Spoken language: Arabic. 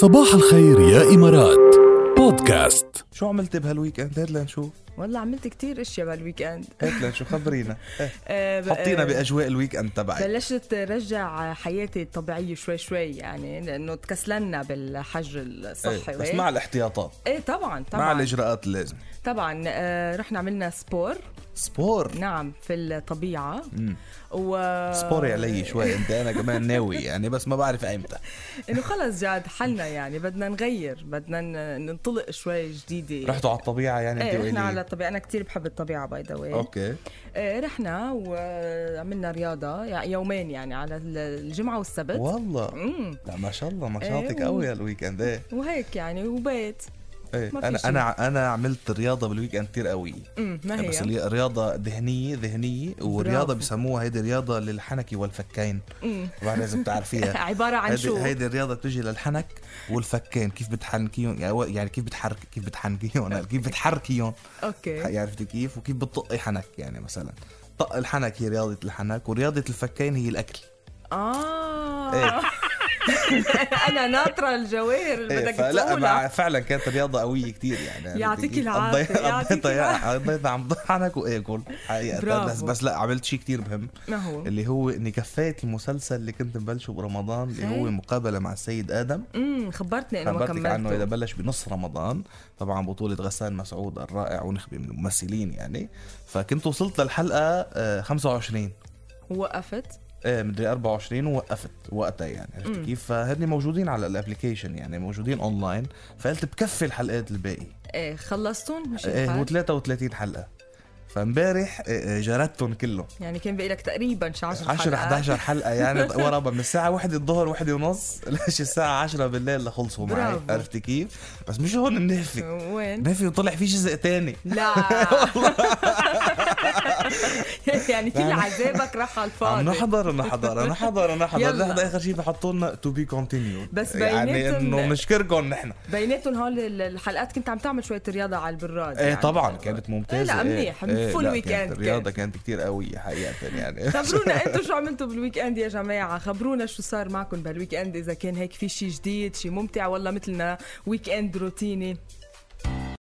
صباح الخير يا إمارات بودكاست شو عملت بهالويك اند هات لنشوف والله عملت كتير اشياء بالويك اند هات لنشوف خبرينا إيه. آه، ب- حطينا آه، باجواء الويك اند تبعك بلشت رجع حياتي الطبيعيه شوي شوي يعني لانه تكسلنا بالحجر الصحي إيه، بس وهيك. مع الاحتياطات ايه طبعا مع طبعا الاجراءات اللازمه طبعا آه، رحنا عملنا سبور سبور نعم في الطبيعه و سبوري علي آه. شوي انت انا كمان ناوي يعني بس ما بعرف ايمتى انه خلص جاد حلنا يعني بدنا نغير بدنا ن- ننطلق شوي جديده رحتوا على الطبيعه يعني ايه انت رحنا على وإلي الطبيعه انا كتير بحب الطبيعه باي ذا واي اوكي إيه، رحنا وعملنا رياضة يعني يومين يعني على الجمعة والسبت والله امم لا ما شاء الله إيه، نشاطك و- قوي هالويك اند ايه وهيك يعني وبيت إيه. ما في انا شي. انا انا عملت رياضه بالويك اند كثير قويه امم ما آه، بس هي اللي رياضة ذهنية ذهنية ورياضة برافو. بسموها هيدي رياضة للحنكي والفكين طبعا لازم تعرفيها عبارة عن هيدي شو هيدي الرياضه بتجي للحنك والفكين كيف بتحنكيهم يعني هو- يعني كيف بتحرك كيف بتحنكيهم لا، كيف بتحركيهم يعني اوكي عرفتي كيف وكيف بتطقي حنك يعني مثلا طق الحنك هي رياضه الحنك ورياضه الفكين هي الاكل اه إيه. انا ناطرة الجواهر اللي إيه، بدك إيه، فلا مع- تقولها فعلا كانت رياضه قويه كتير يعني عرفتي يعطيك كيف؟ العافية، قضي- يعطيك قضيتها العافية. يعني- قضيتها عم ضحك حنك واكل حقيقه برافو. بس بس لا عملت شيء كتير مهم ما هو اللي هو اني كفيت المسلسل اللي كنت مبلشه برمضان اللي إيه. هو مقابله مع السيد ادم امم خبرتني انه ما خبرتك عنه اذا كملت بلش بنص رمضان طبعا بطوله غسان مسعود الرائع ونخبه من الممثلين يعني فكنت وصلت للحلقه آه، 25 وقفت آه، مدري 24 ووقفت وقتها يعني عرفت كيف فهن موجودين على الابلكيشن يعني موجودين اونلاين فقلت بكفي الحلقات الباقي ايه خلصتهم مش آه، هو الحال 33 حلقه فامبارح آه، آه، جردتهم كلهم يعني كان بقي لك تقريبا شي 10 10 حلقات. 11 حلقه يعني ورا بعض، من الساعه 1 الظهر 1 ونص ليش الساعه 10 بالليل لخلصوا معي برافو. عرفتي كيف بس مش هون النهفه وين ما في طلع في جزء تاني لا يعني كل عذابك راح على عم الفاضي نحضر نحضر نحضر نحضر يلا. لحظة اخر شيء بحطوا لنا تو بي كونتينيو بس يعني بيناتهم- انه بنشكركم نحن بيناتهم هول ال- الحلقات كنت عم تعمل شويه رياضه على البراد ايه يعني. طبعا كانت ممتازه لا، إيه. منيح، إيه، full لا، weekend كانت الرياضه كانت. كانت كتير قويه حقيقه يعني خبرونا انتم شو عملتوا بالويك اند يا جماعه خبرونا شو صار معكم بالويك اند اذا كان هيك في شيء جديد شيء ممتع ولا مثلنا ويك اند روتيني